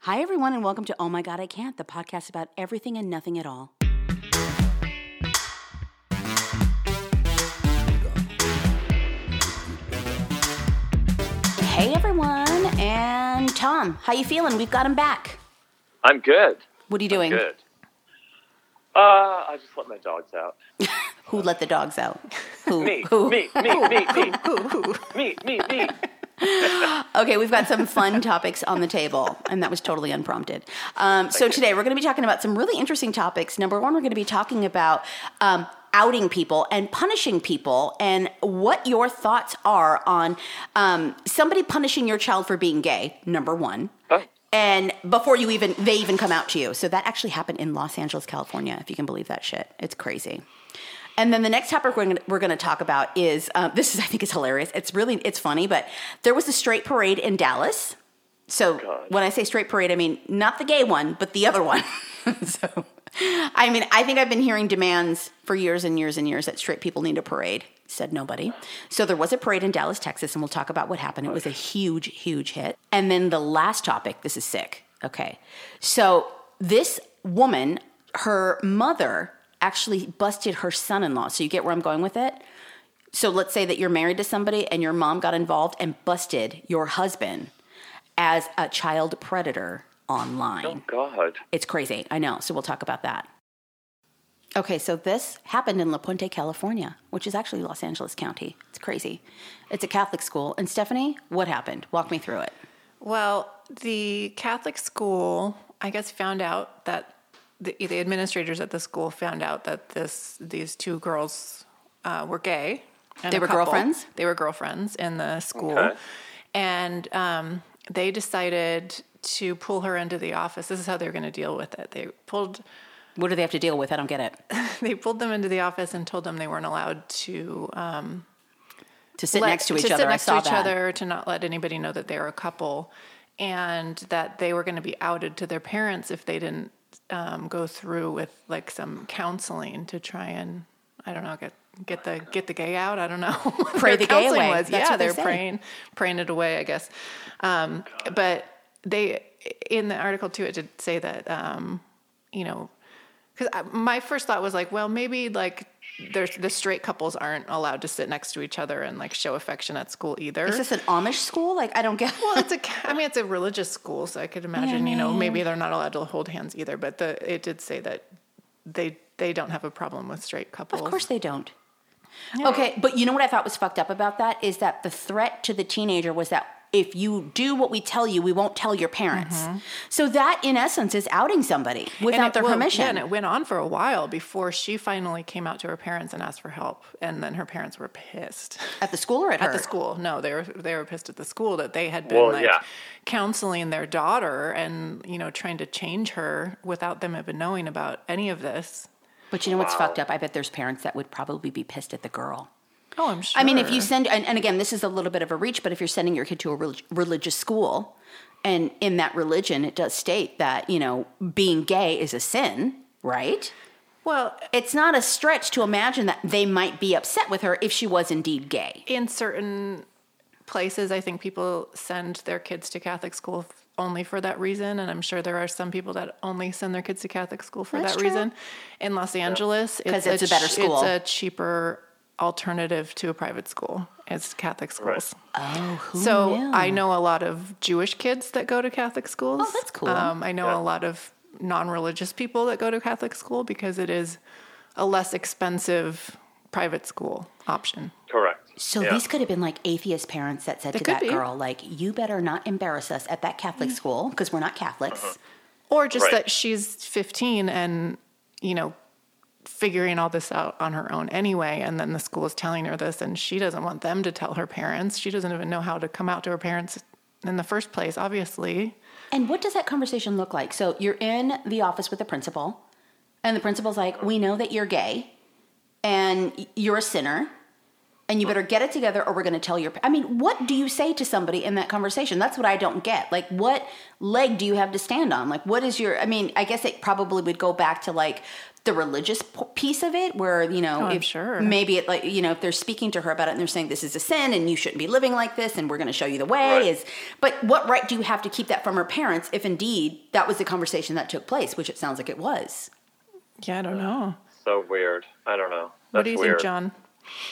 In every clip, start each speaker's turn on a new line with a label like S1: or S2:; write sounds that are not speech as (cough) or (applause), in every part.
S1: Hi, everyone, and welcome to Oh My God, I Can't, the podcast about everything and nothing at all. Hey, everyone, and Tom, how you feeling? We've got him back.
S2: I'm good.
S1: What are you doing?
S2: Good. Uh, I just let my dogs out.
S1: Who let the dogs out? Who?
S2: (laughs) Me,
S1: Who?
S2: me, me, me,
S1: (laughs)
S2: me, me, me, me.
S1: Okay, we've got some fun (laughs) topics on the table, and that was totally unprompted. Um, so today we're going to be talking about some really interesting topics. Number one, we're going to be talking about um, outing people and punishing people, and what your thoughts are on um, somebody punishing your child for being gay. Number one.
S2: Oh.
S1: And before you even, they even come out to you. So that actually happened in Los Angeles, California, if you can believe that shit. It's crazy. And then the next topic we're gonna, we're going to talk about is um, (laughs) this is I think is hilarious. It's really it's funny, but there was a straight parade in Dallas. So
S2: God.
S1: when I say straight parade, I mean not the gay one, but the other one. (laughs) so I mean I think I've been hearing demands for years and years and years that straight people need a parade. Said nobody. So there was a parade in Dallas, Texas, and we'll talk about what happened. It was a huge, huge hit. And then the last topic. This is sick. Okay, so this woman, her mother actually busted her son-in-law. So you get where I'm going with it. So let's say that you're married to somebody and your mom got involved and busted your husband as a child predator online.
S2: Oh, God.
S1: It's crazy. I know. So we'll talk about that. Okay, so this happened in La Puente, California, which is actually Los Angeles County. It's crazy. It's a Catholic school. And Stephanie, what happened? Walk me through it.
S3: Well, the Catholic school, I guess, found out that the, the administrators at the school found out that this these two girls uh, were gay. and
S1: They
S3: a
S1: were
S3: couple.
S1: girlfriends?
S3: They were girlfriends in the school,
S2: Okay.
S3: and um, they decided to pull her into the office. This is how they were going to deal with it. They pulled (laughs)
S1: What do they have to deal with? I don't get it.
S3: they pulled them into the office and told them they weren't allowed to um,
S1: To sit
S3: let-
S1: next to each
S3: sit
S1: other.
S3: next
S1: I saw
S3: to each
S1: that.
S3: other to not let anybody know that they were a couple, and that they were going to be outed to their parents if they didn't um, go through with like some counseling to try and I don't know get get the get the gay out. I don't know. (laughs) what
S1: Pray
S3: their
S1: the gay
S3: counseling
S1: away.
S3: Was.
S1: That's
S3: yeah,
S1: what they
S3: they're
S1: say.
S3: praying praying it away, I guess. Um, but they in the article too, it did say that um, you know because my first thought was like, well, maybe like there's the straight couples aren't allowed to sit next to each other and like show affection at school either.
S1: Is this an Amish school? Like, I don't get
S3: well, it's a, ca- I mean, it's a religious school, so I could imagine, you know, maybe they're not allowed to hold hands either. But the it did say that they they don't have a problem with straight couples.
S1: Of course they don't. Okay, but you know what I thought was fucked up about that is that the threat to the teenager was that if you do what we tell you, we won't tell your parents. So that, in essence, is outing somebody
S3: Mm-hmm. And
S1: without
S3: it-
S1: their
S3: well,
S1: permission.
S3: Yeah, and it went on for a while before she finally came out to her parents and asked for help, and then her parents were pissed.
S1: at the school or at,
S3: at
S1: her?
S3: the school. No, they were they were pissed at the school that they had been
S2: Well,
S3: like
S2: yeah.
S3: counseling their daughter and you know trying to change her without them even knowing about any of this.
S1: But you know what's fucked up? I bet there's parents that would probably be pissed at the girl.
S3: Oh, I'm sure.
S1: I mean, if you send, and, and again, this is a little bit of a reach, but if you're sending your kid to a relig- religious school, and in that religion, it does state that, you know, being gay is a sin, right?
S3: well,
S1: it's not a stretch to imagine that they might be upset with her if she was indeed gay.
S3: in certain places, I think people send their kids to Catholic school f- only for that reason, and I'm sure there are some people that only send their kids to Catholic school for
S1: That's
S3: that
S1: true.
S3: reason. In Los Angeles,
S1: 'Cause it's a better
S3: ch-
S1: school.
S3: It's a cheaper alternative to a private school. It's Catholic schools.
S1: Oh, who
S3: So I know a lot of Jewish kids that go to Catholic schools.
S1: Oh, that's cool.
S3: Um, I know
S2: Yeah.
S3: a lot of non-religious people that go to Catholic school because it is a less expensive private school option.
S2: Correct.
S1: So
S2: yeah.
S1: these could have been like atheist parents that said to
S3: could
S1: that
S3: be.
S1: girl, like, you better not embarrass us at that Catholic school because we're not Catholics.
S3: Or just
S2: Right.
S3: that she's 15 and, you know, figuring all this out on her own anyway. And then the school is telling her this and she doesn't want them to tell her parents. She doesn't even know how to come out to her parents in the first place, obviously.
S1: And what does that conversation look like? So you're in the office with the principal, and the principal's like, we know that you're gay and y- you're a sinner. and you better get it together or we're going to tell your pa- I mean, what do you say to somebody in that conversation? That's what I don't get. Like what leg do you have to stand on? Like what is your I mean, I guess it probably would go back to like the religious p- piece of it where, you know,
S3: Oh, I'm
S1: if
S3: sure.
S1: maybe it like, you know, if they're speaking to her about it and they're saying this is a sin and you shouldn't be living like this and we're going to show you the way
S2: Right.
S1: is but what right do you have to keep that from her parents if indeed that was the conversation that took place, which it sounds like it was.
S3: Yeah, I don't know.
S2: So weird. I don't know. That's
S3: What do you
S2: weird.
S3: think, John?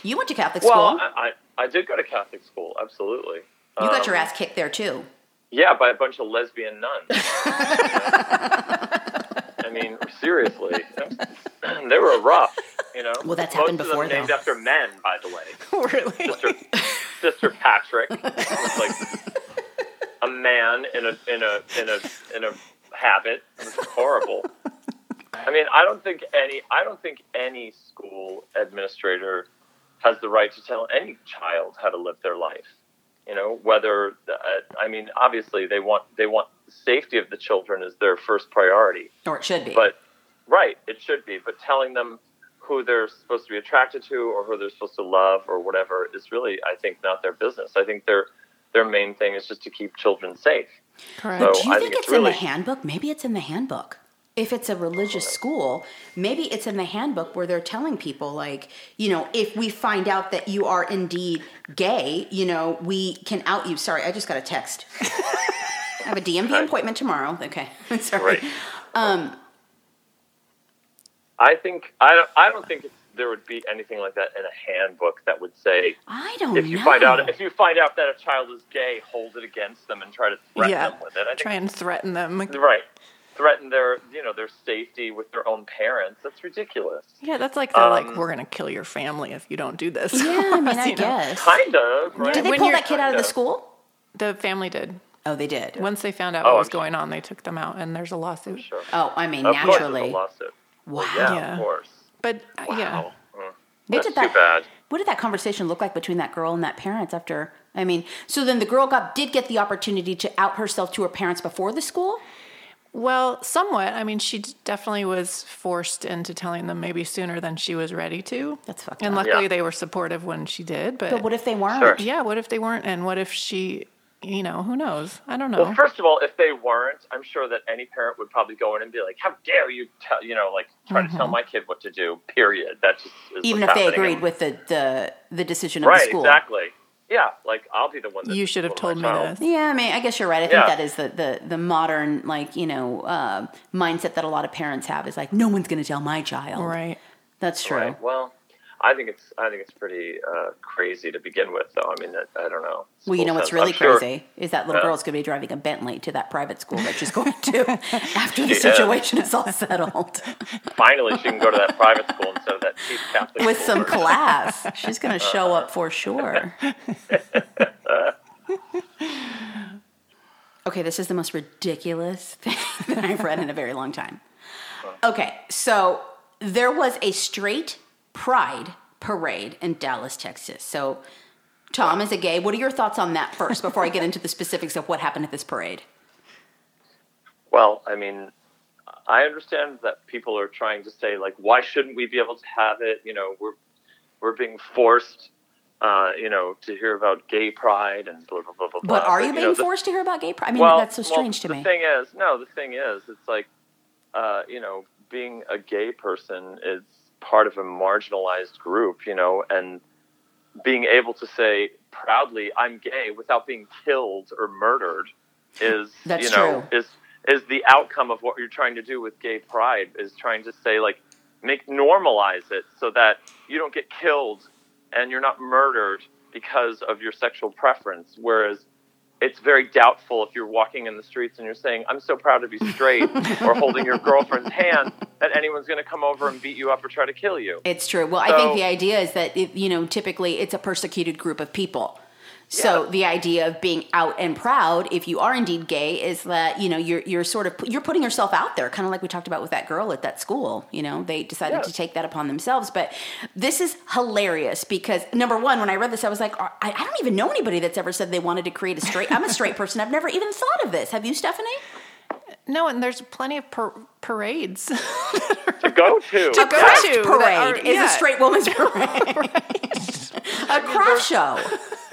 S1: You went to Catholic
S2: Well, uh,
S1: school.
S2: I, I I did go to Catholic school. Absolutely.
S1: you got your ass kicked there
S2: (laughs)
S1: too.
S2: Yeah, by a bunch of lesbian
S1: (laughs)
S2: nuns. I mean, seriously, (laughs) they were rough. You know,
S1: Well, that's
S2: Most
S1: happened
S2: of
S1: before,
S2: Them named
S1: though.
S2: after men, by the way.
S3: really?
S2: Sister, Sister Patrick was like a man in a in a in a in a habit. It was horrible. I mean, I don't think any I don't think any school administrator has the right to tell any child how to live their life. You know, whether uh, I mean, obviously they want they want safety of the children is their first priority.
S1: Or it should be.
S2: But right, it should be. But telling them who they're supposed to be attracted to or who they're supposed to love or whatever is really, I think, not their business. I think their their main thing is just to keep children safe.
S3: Correct.
S2: So
S1: Do you
S2: I
S1: think,
S2: think
S1: it's,
S2: it's
S1: in the
S2: really-
S1: handbook? Maybe it's in the handbook. If it's a religious school, maybe it's in the handbook where they're telling people, like, you know, if we find out that you are indeed gay, you know, we can out you. Sorry, I just got a text. I have a DMV
S2: Okay.
S1: appointment tomorrow. Okay, (laughs) sorry.
S3: (laughs)
S2: Right. Um, I think I don't. I don't think it's, there would be anything like that in a handbook that would say
S1: I
S3: Oh,
S1: don't
S2: if you
S1: know.
S2: find out if you find out that a child is gay, hold it against them and try to threaten
S3: yeah.
S2: them with it. I think
S3: Try and threaten them.
S2: right threaten their you know their safety with their own parents. That's ridiculous.
S3: Yeah, that's like the
S2: Um,
S3: like we're gonna kill your family if you don't do this.
S1: yeah, I
S2: (laughs)
S1: mean,
S3: (laughs) You
S1: I
S3: know?
S1: guess.
S2: Kind of. Right?
S1: Did they
S3: When
S1: pull
S3: you're-
S1: that kid out of
S2: (laughs)
S1: the school?
S3: The family did.
S1: Oh, they did.
S3: Once they found out
S2: Oh,
S3: what was
S2: I'm sure.
S3: going on, they took them out, and there's a lawsuit.
S2: Sure.
S1: Oh, I mean,
S2: Of course, it's a
S1: naturally.
S2: lawsuit.
S1: Wow.
S2: Yeah,
S3: Yeah.
S2: of course.
S3: But uh, yeah,
S2: Wow. Mm.
S1: What
S2: That's
S1: did
S2: too
S1: that,
S2: bad.
S1: What did that conversation look like between that girl and that parents after? I mean, so then the girl got did get the opportunity to out herself to her parents before the school.
S3: well, somewhat. I mean, she d- definitely was forced into telling them maybe sooner than she was ready to.
S1: That's fucked
S3: And
S1: up.
S3: luckily,
S2: Yeah.
S3: they were supportive when she did. But,
S1: But what if they weren't?
S2: Sure.
S3: yeah, what if they weren't? And what if she, you know, who knows? I don't know.
S2: Well, first of all, if they weren't, I'm sure that any parent would probably go in and be like, "How dare you tell you know like try to
S3: Mm-hmm.
S2: tell my kid what to do?" Period. That just is
S1: Even if
S2: what's
S1: they
S2: happening.
S1: agreed with the the, the decision of the
S2: right,
S1: school.
S2: exactly. Yeah, like I'll be the one. That
S3: you should have told
S2: told
S3: me
S2: my child.
S3: this.
S1: Yeah, I mean, I guess you're right. I think
S2: Yeah.
S1: that is the, the the modern like you know uh, mindset that a lot of parents have is like, no one's going to tell my child.
S3: Right.
S1: That's true.
S2: Right. Well, I think it's I think it's pretty uh, crazy to begin with, though. I mean, that, I don't know.
S1: Well, you know
S2: School
S1: what's
S2: sounds-
S1: really
S2: I'm sure-
S1: crazy is that little
S2: Yeah.
S1: girl's going to be driving a Bentley to that private school that she's going
S2: (laughs)
S1: to after the
S2: Yeah.
S1: situation is all settled.
S2: Finally, she can go to that private school instead of that
S1: (laughs)
S2: cheap Catholic
S1: with
S2: school
S1: some
S2: where-
S1: class. She's going to show up for sure. Okay, this is the most ridiculous (laughs) thing that I've read in a very long time. Okay, so there was a straight pride parade in Dallas, Texas. So, Tom is a gay. What are your thoughts on that first before I get into the specifics of what happened at this parade?
S2: Well, I mean, I understand that people are trying to say like, why shouldn't we be able to have it? You know, we're we're being forced, uh, you know, to hear about gay pride and blah blah blah blah.
S1: But
S2: blah.
S1: are you
S2: know,
S1: being
S2: the-
S1: forced to hear about gay pride? I mean, that's so strange to
S2: the
S1: me.
S2: thing is, no, the thing is, it's like, uh, you know, being a gay person is part of a marginalized group, you know, and being able to say proudly, "I'm gay" without being killed or murdered is,
S1: That's
S2: you know,
S1: true.
S2: is is the outcome of what you're trying to do with gay pride is trying to say like make normalize it so that you don't get killed and you're not murdered because of your sexual preference whereas it's very doubtful if you're walking in the streets and you're saying, I'm so proud to be straight, or holding your girlfriend's hand, that anyone's going to come over and beat you up or try to kill you.
S1: It's true. Well, I think
S2: So-
S1: the idea is that it, you know, typically it's a persecuted group of people. So the idea of being out and proud, if you are indeed gay, is that you know you're you're sort of you're putting yourself out there, kind of like we talked about with that girl at that school. You know, they decided to
S2: Yes.
S1: take that upon themselves. But this is hilarious because number one, when I read this, I was like, I, I don't even know anybody that's ever said they wanted to create a straight. I'm a straight person. I've never even thought of this. Have you, Stephanie?
S3: No, and there's plenty of par- parades.
S2: To go to.
S3: To go
S2: Yes.
S3: to. that
S1: Parade
S3: are-
S1: is
S2: (laughs)
S3: yeah.
S1: a straight woman's parade. a craft show,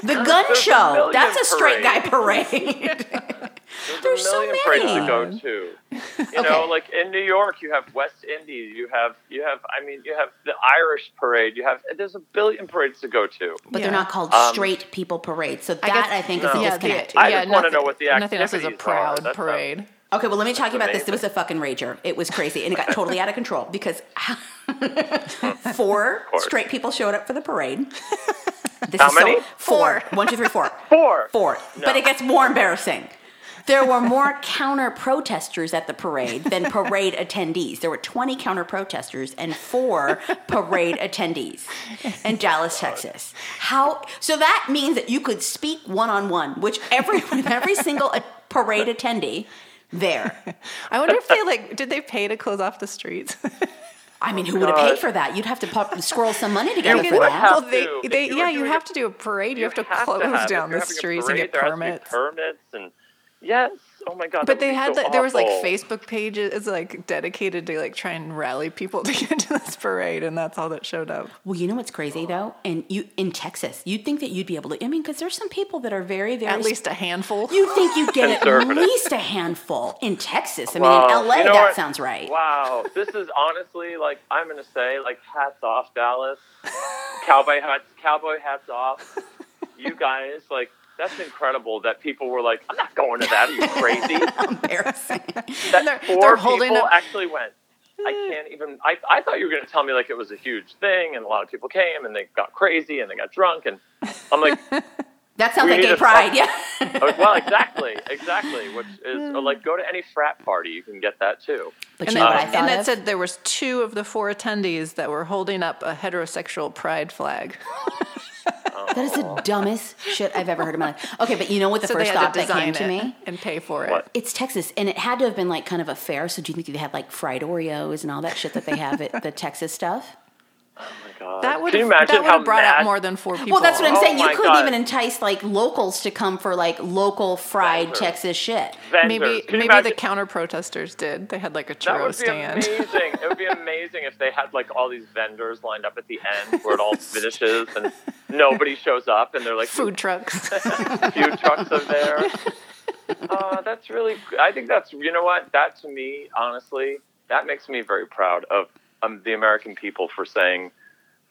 S1: the gun
S2: there's a
S1: show.
S2: million
S1: That's a straight guy
S2: parades.
S1: parade. There's so
S2: million
S1: many.
S2: parades to go to.
S3: (laughs)
S2: You know, like in New York, you have West Indies, you have you have I mean, you have the Irish parade, you have there's a billion parades to go to.
S1: But they're
S3: Yeah.
S1: not called straight people parades. So that I,
S3: guess-
S1: think is a
S2: Um, No. Yeah,
S3: the-
S1: disconnect.
S2: I just wanna
S3: nothing-
S2: know what the
S3: Nothing else is a
S2: activities are.
S3: proud
S2: That's how-
S3: parade.
S1: Okay, well, let me talk you about this. It was
S2: amazing.
S1: a fucking rager. It was crazy, and it got totally out of control because (laughs) four
S2: course.
S1: straight people showed up for the parade. This
S2: How
S1: is
S2: many?
S1: (laughs) So, four. One, two, three,
S2: (laughs)
S1: four.
S2: Four.
S1: Four.
S2: No.
S1: But it gets more embarrassing. There were more (laughs) counter protesters at the parade than parade attendees. There were 20 counter protesters and four parade attendees in Dallas, Texas. How so that means that you could speak one on one, which every with every single uh, parade attendee there.
S3: I wonder if they like did they pay to close off the streets? (laughs)
S1: I mean, who would have
S2: God.
S1: paid for that? You'd have to pop, squirrel some money together for
S2: would
S1: that.
S2: have
S3: well, they,
S2: to.
S3: they,
S2: If you
S3: yeah,
S2: were
S3: you
S2: doing
S3: have
S2: it-
S3: to do a parade. You, have to
S2: have
S3: close
S2: have- if
S3: down
S2: you're
S3: the
S2: having a
S3: streets
S2: parade,
S3: and get
S2: there has to be
S3: permits.
S2: Permits and yes, oh my god.
S3: But
S2: that would
S3: they
S2: be
S3: had
S2: so
S3: like, there was like
S2: awful.
S3: Facebook pages like dedicated to like try and rally people to (laughs) get to this parade, and that's all that showed up.
S1: Well, you know what's crazy though, and you in Texas, you'd think that you'd be able to. I mean, because there's some people that are very, very
S3: At least a handful.
S1: You think you get at
S2: Conservative.
S1: least a handful in Texas? I mean,
S2: Wow.
S1: in LA,
S2: You know
S1: that
S2: what?
S1: sounds right.
S2: Wow, this is honestly like I'm gonna say like hats off Dallas, cowboy hats, cowboy hats off. You guys like that's incredible that people were like, I'm not going to that. Are you
S1: (laughs)
S2: crazy?
S1: Embarrassing.
S2: That
S3: they're-
S2: 4
S3: they're holding
S2: people
S3: up-
S2: actually went. I can't even. I I thought you were gonna tell me like it was a huge thing and a lot of people came and they got crazy and they got drunk and
S1: (laughs)
S2: I'm like,
S1: That sounds
S2: We
S1: like
S2: need
S1: gay
S2: to
S1: pride.
S2: talk-
S1: Yeah.
S2: I was, well, exactly, exactly. Which is or, like go to any frat party, you can get that too.
S1: But
S3: And,
S1: you know
S3: then-
S1: what I
S3: and
S1: thought
S3: it
S1: of?
S3: said there was two of the four attendees that were holding up a heterosexual pride flag.
S1: that is the dumbest shit I've ever heard in my life. Okay, but you know what the
S3: So they
S1: first
S3: had
S1: thought
S3: to
S1: that came
S3: design
S1: to
S3: it
S1: me?
S3: and pay for it.
S2: What?
S1: It's Texas, and it had to have been like kind of a fair. So do you think they had like fried Oreos and all that shit that they have at the Texas stuff?
S2: Oh my god.
S3: That would
S2: Can you
S3: have
S2: imagine
S3: that would
S2: how
S3: have brought
S2: mad
S3: out more than four people.
S1: Well, that's what I'm
S2: Oh
S1: saying. You
S2: my
S1: couldn't
S2: God.
S1: even entice like locals to come for like local fried
S2: That's right.
S1: Texas shit.
S2: vendors.
S3: Maybe
S2: Can you
S3: maybe the
S2: imagine?
S3: counter protesters did. They had like a
S2: that
S3: churro
S2: would be
S3: stand.
S2: amazing. it would be amazing if they had like all these vendors lined up at the end where it
S3: (laughs)
S2: all finishes and nobody shows up and they're like
S3: Food trucks.
S2: few trucks are there.
S3: (laughs)
S2: Uh, that's really. I think that's. You know what? That to me, honestly, that makes me very proud of um, the American people for saying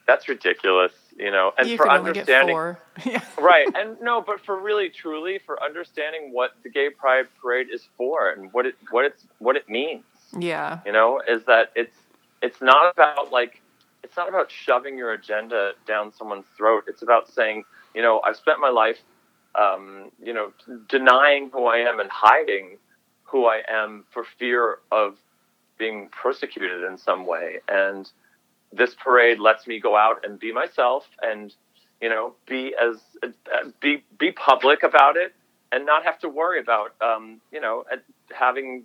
S2: that's ridiculous. You know, and
S3: you
S2: for
S3: can only get
S2: understanding.
S3: four. (laughs) Yeah.
S2: right and no but for really truly for understanding what the gay pride parade is for and what it what it's what it means
S3: Yeah.
S2: you know is that it's it's not about like it's not about shoving your agenda down someone's throat it's about saying you know i've spent my life um, you know denying who i am and hiding who i am for fear of being persecuted in some way and this parade lets me go out and be myself and you know be as uh, be be public about it and not have to worry about um, you know uh, having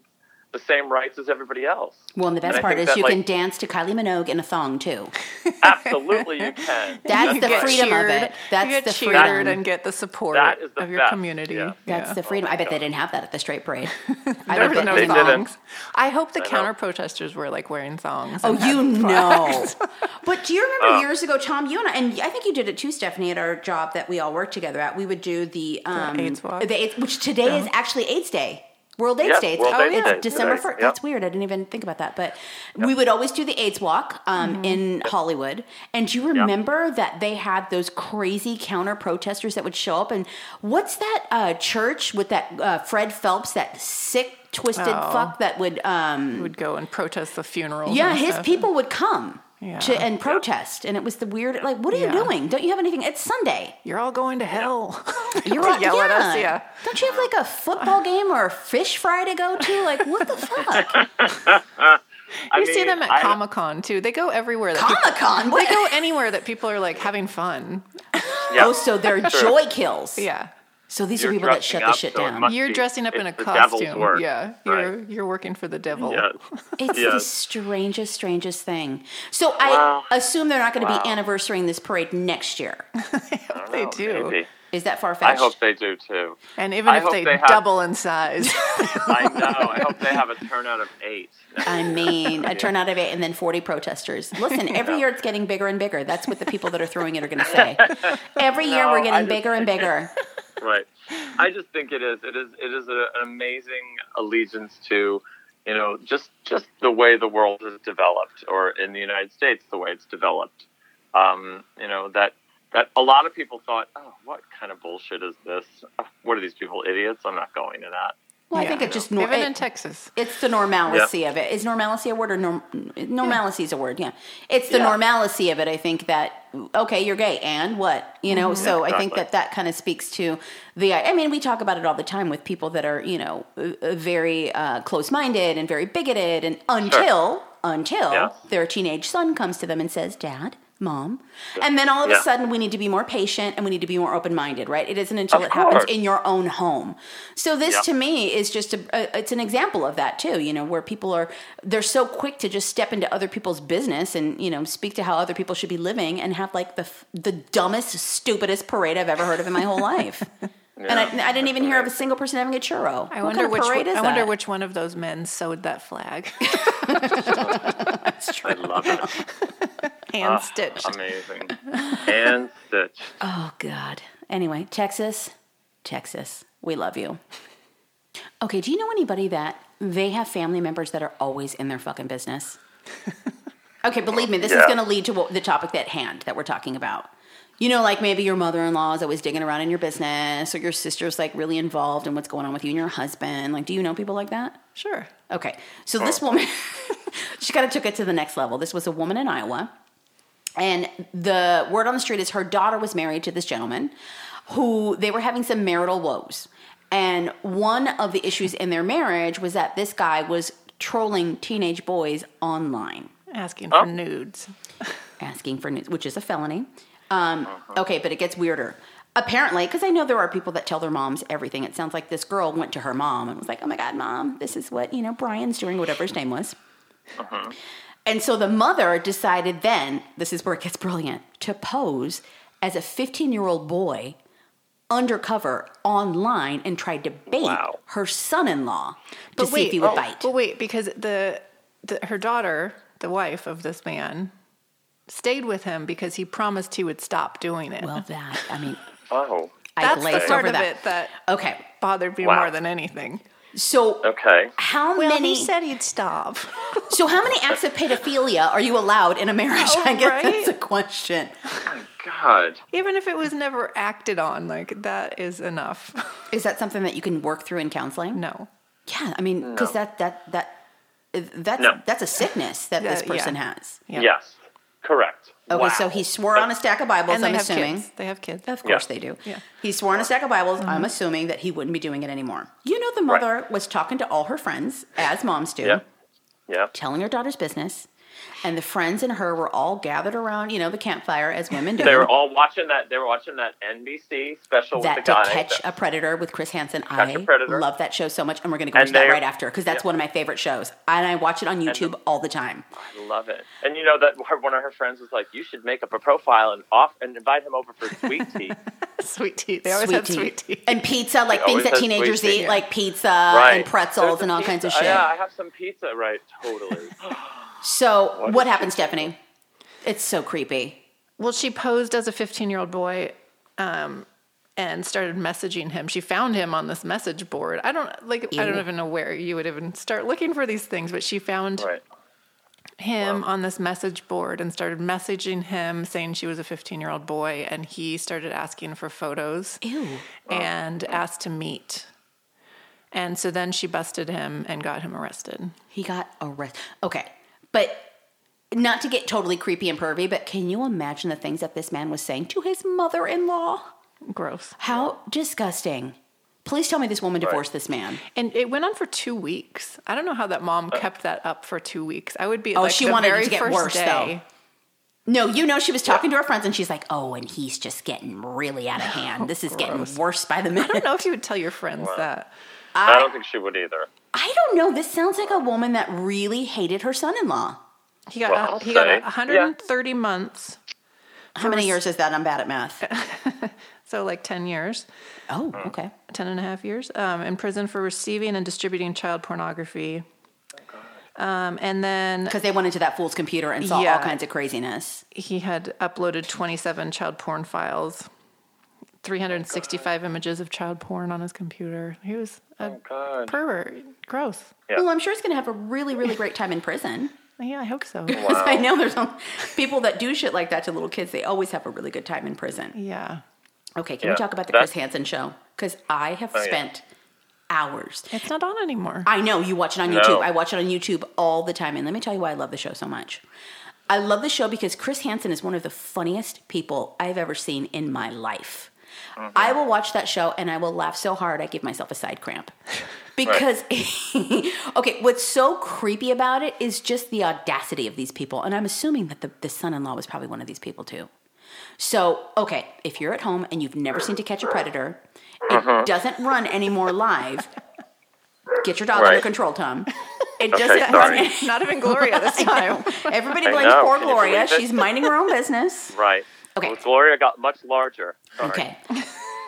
S2: the same rights as everybody else
S1: Well, and the best
S2: And I
S1: part
S2: think
S1: is
S2: that,
S1: you
S2: like,
S1: can dance to Kylie Minogue in a thong too.
S2: (laughs) absolutely you
S3: (laughs)
S2: can
S1: That's
S3: You
S1: the
S3: get
S1: freedom of
S3: cheered.
S1: it. That's
S3: you get
S1: the
S3: cheered
S1: freedom.
S3: and get the support
S2: That is the
S3: of your
S2: best,
S3: community.
S2: yeah.
S1: That's the freedom. I bet they didn't have that at the straight
S3: (laughs)
S1: parade. I
S3: There
S1: bet
S3: was
S1: that
S3: no
S2: They
S1: didn't.
S2: didn't.
S3: thongs. I hope the
S2: know.
S3: counter protesters were like wearing thongs.
S1: Oh,
S3: and had
S1: you know.
S3: flags.
S1: but do you
S2: Oh.
S1: remember years ago, Tom? You and I, and I think you did it too, Stephanie, at our job that we all worked together at. We would do the um,
S3: AIDS walk?
S1: the AIDS, which today is actually AIDS Day. World AIDS
S2: Yes,
S1: Day. It's
S2: World
S1: oh,
S2: AIDS
S1: yeah.
S2: Day
S1: December
S2: today.
S1: first.
S2: Yep.
S1: That's weird. I didn't even think about that. But we would always do the AIDS walk um, in Hollywood. And do you remember that they had those crazy counter protesters that would show up? And what's that uh, church with that uh, Fred Phelps, that sick, twisted
S3: Oh.
S1: fuck that would um,
S3: would go and protest the funeral.
S1: yeah,
S3: and
S1: his
S3: stuff.
S1: people would come
S3: Yeah.
S1: to and protest, and it was the weird. Like, what are
S3: Yeah.
S1: you doing? Don't you have anything? It's Sunday.
S3: You're all going
S1: (laughs)
S3: to hell.
S1: You're
S3: People
S1: out-
S3: yell at us. Yeah.
S1: Don't you have like a
S3: (sighs)
S1: football game or a fish fry to go to? Like, what the fuck?
S2: I
S3: You see
S2: mean,
S3: them at
S2: I-
S3: Comic Con too. They go everywhere. That people,
S1: Comic Con.
S3: they
S1: What?
S3: (laughs) go anywhere that people are like having fun.
S2: yeah.
S1: Oh, so they're joy kills.
S3: Yeah.
S1: So these
S2: You're
S1: are people that
S2: dressing
S1: shut the
S2: up,
S1: shit
S2: so it
S1: down.
S2: must-
S3: You're
S2: be-
S3: dressing up in a
S2: it's the devil's
S3: costume.
S2: work,
S3: Yeah. You're you're working for the devil. (laughs)
S2: Yes.
S1: It's the
S2: Yes.
S1: strangest, strangest thing. So
S2: Wow.
S1: I assume they're not going to
S2: Wow.
S1: be anniversarying this parade next year.
S2: I don't
S3: They
S2: know,
S3: do.
S2: maybe.
S1: Is that far
S2: I
S1: fetched?
S2: hope they do too.
S3: And even
S2: I
S3: if
S2: hope
S3: they,
S2: they have-
S3: double in (laughs) size,
S2: I know. I hope they have a
S3: (laughs)
S2: turnout of eight.
S1: I mean, a turnout of eight and then 40 protesters.
S2: (laughs)
S1: Listen, every year it's getting bigger and bigger. That's what the people that are throwing it are going to
S2: (laughs)
S1: say. Every year
S2: No,
S1: we're
S2: I
S1: getting
S2: just
S1: bigger and
S2: think (laughs)
S1: bigger.
S2: right. I just think it is. It is. It is a, an amazing allegiance to, you know, just just the way the world has developed, or in the United States, the way it's developed. Um, you know that that a lot of people thought, oh, what kind of bullshit is this? Oh, What are these people idiots? I'm not going to that.
S1: Well, I
S3: Yeah.
S1: think it just
S3: even in
S1: it,
S3: Texas,
S1: it's the normalcy of it. Is normalcy a word or norm, normalcy is a word? Yeah, it's the
S2: Yeah.
S1: normalcy of it. I think that okay, you're gay, and what you know. So I think
S2: Mm-hmm. Exactly.
S1: that that kind of speaks to the. I mean, we talk about it all the time with people that are you know uh, uh, very uh, close-minded and very bigoted, and until until
S2: Yeah.
S1: their teenage son comes to them and says, "Dad." Mom, and then all of a
S2: Yeah.
S1: sudden we need to be more patient and we need to be more open-minded, right? It isn't until
S2: Of
S1: it happens
S2: course.
S1: in your own home. So this
S2: Yeah.
S1: to me is just a, a it's an example of that too, you know, where people are they're so quick to just step into other people's business and, you know, speak to how other people should be living and have like the f- the dumbest stupidest parade I've ever heard of in my whole life. And I, I didn't even hear of a single person having a churro.
S3: I
S1: What
S3: wonder
S1: kind of
S3: which
S1: parade
S3: one,
S1: is
S3: I wonder
S1: that?
S3: which one of those men sewed
S2: (laughs)
S3: that flag (laughs)
S2: I love it.
S3: hand stitched.
S2: Uh-huh. Amazing. And stitch.
S1: Oh God. Anyway, Texas, Texas, we love you. Okay, do you know anybody that they have family members that are always in their fucking business? okay, believe me, this is
S2: Yeah.
S1: going to lead to what, the topic at hand that we're talking about. You know, like maybe your mother in law is always digging around in your business, or your sister's like really involved in what's going on with you and your husband. Like, do you know people like that?
S3: Sure.
S1: Okay. So this woman, (laughs) she kind of took it to the next level. This was a woman in Iowa. And the word on the street is her daughter was married to this gentleman who they were having some marital woes. And one of the issues in their marriage was that this guy was trolling teenage boys online
S3: Asking
S2: Oh.
S3: for nudes.
S1: asking for news, which is a felony. Um,
S2: Uh-huh.
S1: okay, but it gets weirder. Apparently, because I know there are people that tell their moms everything. It sounds like this girl went to her mom and was like, "Oh my god, mom, this is what you know Brian's doing, whatever his name was."
S2: Uh-huh.
S1: And so the mother decided then, this is where it gets brilliant, to pose as a 15 year old boy undercover online and tried to bait
S2: Wow.
S1: her son in law to see if he would
S3: oh,
S1: bite.
S3: Well, wait, because the, the her daughter, the wife of this man, stayed with him because he promised he would stop doing it. (laughs)
S1: Well, that, I mean,
S2: Oh.
S1: I
S3: That's
S1: glazed
S3: the part
S1: over
S3: of
S1: that.
S3: it that
S1: Okay.
S3: bothered me
S2: Wow.
S3: more than anything.
S1: So,
S2: Okay.
S1: how many.
S3: he'd stop.
S1: So, how many acts of pedophilia are you allowed in a marriage?
S3: Oh,
S1: (laughs) I guess
S3: right.
S1: that's a question.
S2: God.
S3: (laughs) Even if it was never acted on, like that is enough. (laughs)
S1: Is that something that you can work through in counseling?
S3: no.
S1: Yeah, I mean, because that that that that's
S2: No.
S1: that's a sickness that this
S3: Yeah, yeah.
S1: person has.
S3: Yeah.
S2: Yes. Correct.
S1: Okay,
S2: Wow.
S1: so he swore on a stack of Bibles.
S3: And they
S1: I'm
S3: have
S1: assuming.
S3: kids. They have kids.
S1: Of course
S2: Yeah.
S1: they do.
S3: Yeah. Mm-hmm.
S1: He swore on a stack of Bibles. I'm assuming that he wouldn't be doing it anymore. You know, the
S2: Right.
S1: mother was talking to all her friends, as moms do.
S2: Yeah. Yeah.
S1: telling her daughter's business. And the friends and her were all gathered around, you know, the campfire as women do.
S2: They
S1: (laughs)
S2: were all watching that. They were watching that NBC special
S1: that
S2: with
S1: to
S2: the guy.
S1: catch a predator with Chris Hansen.
S2: a
S1: I
S2: Predator.
S1: love that show so much, and we're going to go
S2: And
S1: into that
S2: they're-
S1: right after because that's
S2: yeah.
S1: one of my favorite shows, and I watch it on YouTube all the time.
S2: I love it. And you know that her, one of her friends was like, "You should make up a profile and off and invite him over for
S1: (laughs)
S2: sweet tea."
S1: Uh,
S3: Sweet tea. They always
S1: Sweet
S3: had
S1: tea.
S3: sweet tea.
S1: and pizza, like
S2: They
S1: things
S2: always
S1: that
S2: had
S1: teenagers
S2: sweet tea,
S1: eat,
S2: yeah.
S1: like pizza
S2: right.
S1: and pretzels
S2: There's a
S1: and all kinds of
S2: pizza.
S1: shit.
S2: Yeah, I have some pizza. Right.
S1: (laughs)
S2: Totally.
S1: So what,
S2: What is
S1: happened, Stephanie? It's so creepy.
S3: Well, she posed as a 15 year old boy um, and started messaging him. She found him on this message board. I don't like. I don't
S1: Ew.
S3: even know where you would even start looking for these things, but she found
S2: right.
S3: him on this message board and started messaging him, saying she was a 15 year old boy, and he started asking for photos
S1: Ew.
S3: and asked to meet. And so then she busted him and got him arrested.
S1: He got arrested. Okay, but not to get totally creepy and pervy, but can you imagine the things that this man was saying to his mother-in-law?
S3: Gross.
S1: How disgusting! Please tell me this woman divorced this man.
S3: And it went on for two weeks. I don't know how that mom kept that up for two weeks. I would be
S1: Oh,
S3: like
S1: she
S3: the
S1: wanted it
S3: very
S1: to get
S3: first
S1: worse, though.
S3: day.
S1: No, you know, she was talking to her friends and she's like, oh, and he's just getting really out of hand. This is getting worse by the
S3: I don't
S1: minute.
S3: (laughs) know if you would tell your friends that.
S2: I don't think she would either.
S1: I don't know. This sounds like a woman that really hated her son in law.
S3: He got
S2: Well, I'll
S3: he got
S2: say,
S3: 130 months,
S1: How many years is that? I'm bad at math.
S3: so like 10 years,
S1: Oh,
S2: Hmm.
S1: okay.
S3: 10 and a half years um, in prison for receiving and distributing child pornography. Um, and then
S1: Because they went into that fool's computer and saw all
S3: Yeah.
S1: kinds of craziness.
S3: he had uploaded 27 child porn files, 365 images of child porn on his computer. He was
S2: Oh.
S3: a
S2: God.
S3: pervert. Gross.
S2: Yeah.
S1: Well, I'm sure he's going to have a really, really great time in prison.
S2: (laughs)
S3: Yeah, I hope so.
S1: Because I know there's some people that do shit like that to little kids. They always have a really good time in prison.
S3: yeah.
S1: Okay, can
S2: Yeah,
S1: we talk about the
S2: that-
S1: Chris Hansen show? Because I have
S2: Oh, yeah.
S1: spent hours.
S3: It's not on anymore.
S1: I know you watch it on
S2: No.
S1: YouTube. I watch it on YouTube all the time. And let me tell you why I love the show so much. I love the show because Chris Hansen is one of the funniest people I've ever seen in my life. I will watch that show and I will laugh so hard I give myself a side cramp. Because, (laughs) okay, what's so creepy about it is just the audacity of these people. And I'm assuming that the, the son in law was probably one of these people too. So, okay, if you're at home and you've never seen To Catch a Predator, it
S2: Mm-hmm.
S1: doesn't run anymore live. Get your dog under
S2: Right.
S1: control, Tom. It
S2: Okay,
S1: doesn't
S2: sorry.
S1: (laughs) run.
S3: Not even Gloria (laughs) this time.
S1: Everybody
S2: I
S1: blames
S2: know.
S1: poor
S2: Can you
S1: Gloria.
S2: believe it?
S1: She's minding her own business.
S2: Right.
S1: Okay.
S2: Well, Gloria got much larger. Sorry.
S1: Okay.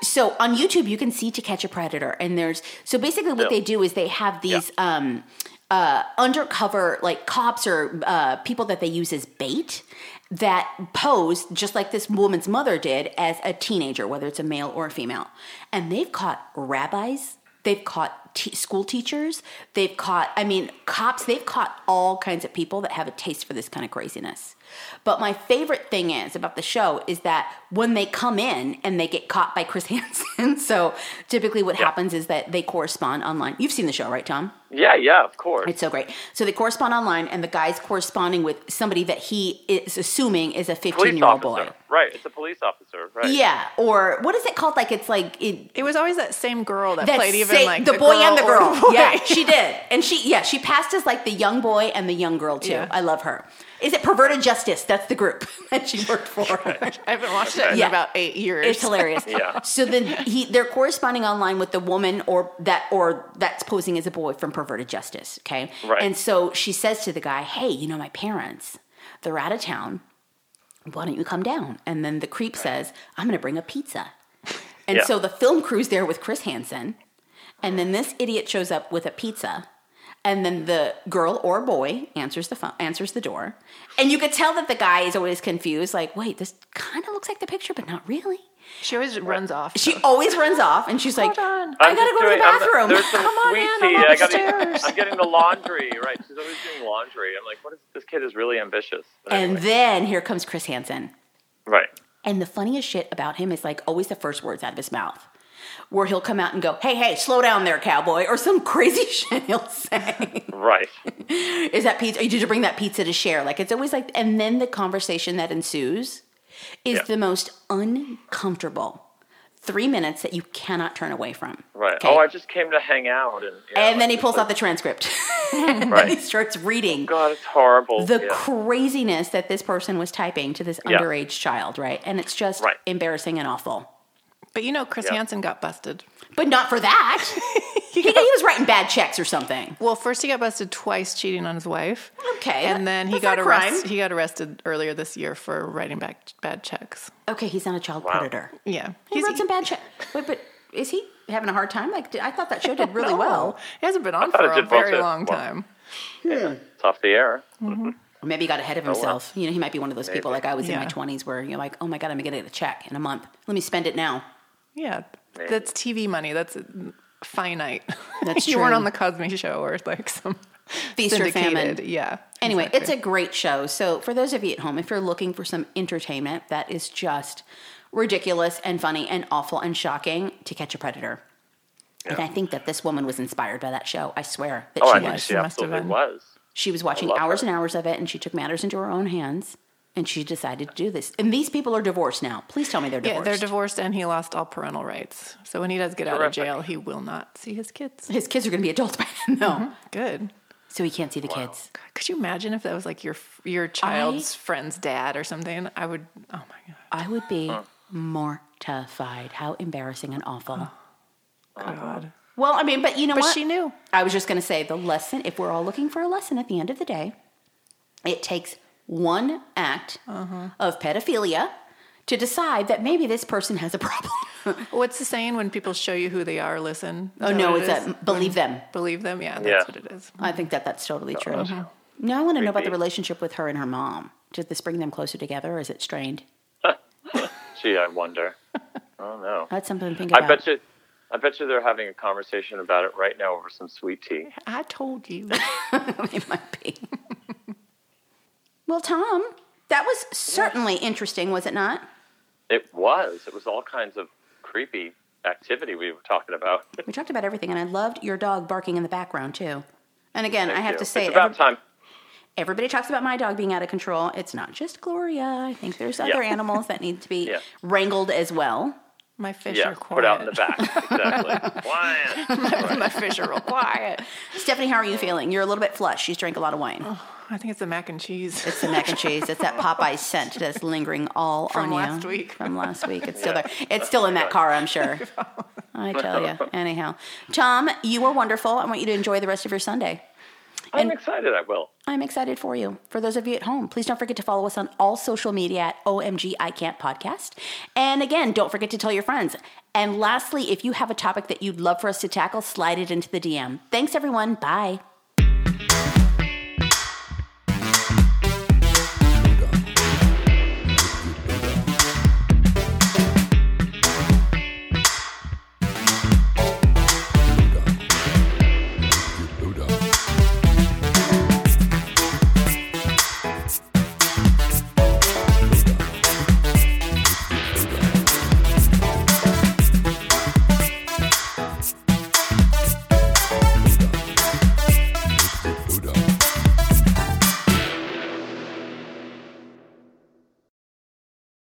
S1: So on YouTube, you can see To Catch a Predator, and there's so basically what
S2: Yeah.
S1: they do is they have these um, uh, undercover like cops or uh, people that they use as bait that pose just like this woman's mother did as a teenager, whether it's a male or a female, and they've caught rabbis. They've caught t- school teachers. They've caught, I mean, cops. They've caught all kinds of people that have a taste for this kind of craziness. But my favorite thing is about the show is that when they come in and they get caught by Chris (laughs) Hansen. So typically, what happens is that they correspond online. You've seen the show, right, Tom?
S2: Yeah, yeah, of course.
S1: It's so great. So they correspond online, and the guy's corresponding with somebody that he is assuming is a
S2: police
S1: fifteen-year-old
S2: officer.
S1: boy.
S2: Right. It's a police officer. Right.
S1: Yeah, or what is it called? Like it's like it,
S3: It was always that same girl that,
S1: that
S3: played even
S1: say-
S3: like
S1: the, boy and the
S3: or
S1: girl.
S3: (laughs) boy.
S1: Yeah, she did, and she yeah she passed as like the young boy and the young girl too.
S3: Yeah.
S1: I love her. Is it Perverted Justice? That's the group (laughs) that she worked
S2: (laughs)
S1: for.
S3: I haven't watched it in
S1: Yeah.
S3: about eight years.
S1: It's hilarious.
S2: Yeah.
S1: So then he they're corresponding online with the woman or that or that's posing as a boy from Perverted Justice. Okay.
S2: Right.
S1: And so she says to the guy, Hey, you know, my parents, they're out of town. Why don't you come down? And then the creep says, I'm gonna bring a pizza. And
S2: Yeah.
S1: so the film crew's there with Chris Hansen, and then this idiot shows up with a pizza. And then the girl or boy answers the phone, answers the door, and you could tell that the guy is always confused. Like, wait, this kind of looks like the picture, but not really.
S3: She always runs off.
S1: She always runs off, and she's like,
S3: Hold on.
S1: "I
S2: I'm
S1: gotta
S2: just
S1: go to
S2: doing- I'm-
S1: the bathroom."
S2: there's some
S1: Come on,
S2: sweet
S1: man,
S2: tea.
S1: I'm
S2: I gotta-
S1: upstairs.
S2: I'm getting the laundry. Right. She's always doing laundry. I'm like, what is this kid is really ambitious. But
S1: And
S2: anyway.
S1: then here comes Chris Hansen.
S2: right.
S1: And the funniest shit about him is like always the first words out of his mouth, where he'll come out and go, "Hey, hey, slow down there, cowboy," or some (laughs) crazy shit he'll say.
S2: Right.
S1: Is that pizza? Did you bring that pizza to share? Like it's always like, and then the conversation that ensues is
S2: Yeah.
S1: the most uncomfortable three minutes that you cannot turn away from.
S2: Right.
S1: Okay?
S2: Oh, I just came to hang out, and you know,
S1: and then he
S2: it's
S1: pulls
S2: like,
S1: out the transcript. (laughs) and
S2: Right.
S1: then (laughs) he starts reading
S2: God, it's horrible.
S1: the
S2: yeah.
S1: craziness that this person was typing to this
S2: Yeah.
S1: underage child, right? And it's just
S2: Right.
S1: embarrassing and awful.
S3: but you know, Chris
S2: Yeah.
S3: Hansen got busted.
S1: But not for
S2: (laughs)
S1: that. he, he was writing bad checks or something.
S3: Well, first he got busted twice cheating on his wife.
S1: Okay, that-
S3: And then he
S1: that's
S3: got
S1: not a crime.
S3: arrested. He got arrested earlier this year for writing back bad checks.
S1: Okay, he's not a child predator.
S3: Yeah.
S1: He wrote
S2: e
S1: some bad checks. Wait, but is he having a hard time? Like, did, I thought that show
S2: (laughs)
S1: did really
S3: No.
S1: well.
S3: He hasn't been on
S2: thought
S3: for
S2: it
S3: a
S2: did well
S3: very
S2: too.
S3: long
S2: Well,
S3: time.
S2: It's off the air.
S1: Or maybe he got ahead of
S2: Oh,
S1: himself. You know, he might be one of those people like I was in my
S3: Yeah.
S1: 20s where you're like, oh my God, I'm going to get a check in a month. Let me spend it now.
S3: Yeah. That's TV money. That's finite. (laughs)
S1: That's
S3: you weren't
S1: true.
S3: on the Cosme show or like some
S1: Feast or famine.
S3: syndicated- Yeah.
S1: Anyway,
S3: exactly.
S1: it's a great show. So, for those of you at home, if you're looking for some entertainment that is just ridiculous and funny and awful and shocking, to catch a predator. And I think that this woman was inspired by that show. I swear that
S2: Oh,
S1: she
S2: I think
S1: was.
S2: she
S3: She must have
S2: absolutely
S3: been.
S2: was.
S1: She was watching
S2: love
S1: hours
S2: her.
S1: and hours of it and she took matters into her own hands and she decided to do this. And these people are divorced now. Please tell me they're
S3: Yeah,
S1: divorced.
S3: they're divorced and he lost all parental rights. So when he does get out of
S2: Terrific.
S3: jail, he will not see his kids.
S1: His kids are going to be adults (laughs) by then, though.
S3: Mm-hmm. Good.
S1: So he can't see the kids.
S3: God, Could you imagine if that was like your your child's friend's dad or something? I would. Oh my god.
S1: I would be mortified. How embarrassing and awful.
S2: Oh,
S3: God.
S1: Well, I mean, but you know
S3: But
S1: what?
S3: she knew.
S1: I was just going to say the lesson, if we're all looking for a lesson at the end of
S3: Uh-huh.
S1: the day, it takes one act of pedophilia to decide that maybe this person has a problem. (laughs)
S3: What's the saying when people show you who they are? Listen. Is
S1: oh
S3: that
S1: no,
S3: what
S1: it's
S3: it is?
S1: that believe them.
S3: Believe them. Yeah, that's
S2: Yeah.
S3: what it is.
S1: I think that that's totally true.
S3: Uh-huh.
S1: Now I want to know about the
S2: Creepy.
S1: relationship with her and her mom. Did this bring them closer together, or is it strained?
S2: Gee, I
S1: (laughs)
S2: wonder. Oh no.
S1: That's something to think
S2: I
S1: about. (laughs)
S2: bet you. I bet you they're having a conversation about it right now over some sweet tea.
S3: I told you.
S1: it might be. well, Tom, that was certainly interesting, was it not?
S2: It was. It was all kinds of creepy activity we were talking about.
S1: We talked about everything, and I loved your dog barking in the background too. And again,
S2: (laughs)
S1: I have to say,
S2: it's about
S1: every-
S2: time.
S1: everybody talks about my dog being out of control. It's not just Gloria. I think there's other animals that need to be
S2: (laughs) Yeah.
S1: wrangled as well.
S3: My fish
S2: Yeah,
S3: are quiet.
S2: put out in the back. Exactly. Quiet.
S3: (laughs) My fish are real quiet.
S1: Stephanie, how are you feeling? You're a little bit flushed. She's drank a lot of wine.
S3: I think it's the mac and cheese.
S1: It's the mac and cheese.
S3: (laughs)
S1: It's that Popeye scent that's lingering all
S3: From
S1: on you.
S3: last week.
S1: From last week. It's still there. It's still in that car, I'm
S3: (laughs)
S1: sure. I tell
S2: (laughs)
S1: you. Anyhow, Tom, you were wonderful. I want you to enjoy the rest of your Sunday.
S2: I'm excited. I will.
S1: I'm excited for you. For those of you at home, please don't forget to follow us on all social media at OMG I Can't Podcast. And again, don't forget to tell your friends. And lastly, if you have a topic that you'd love for us to tackle, slide it into the DM. Thanks, everyone. Bye.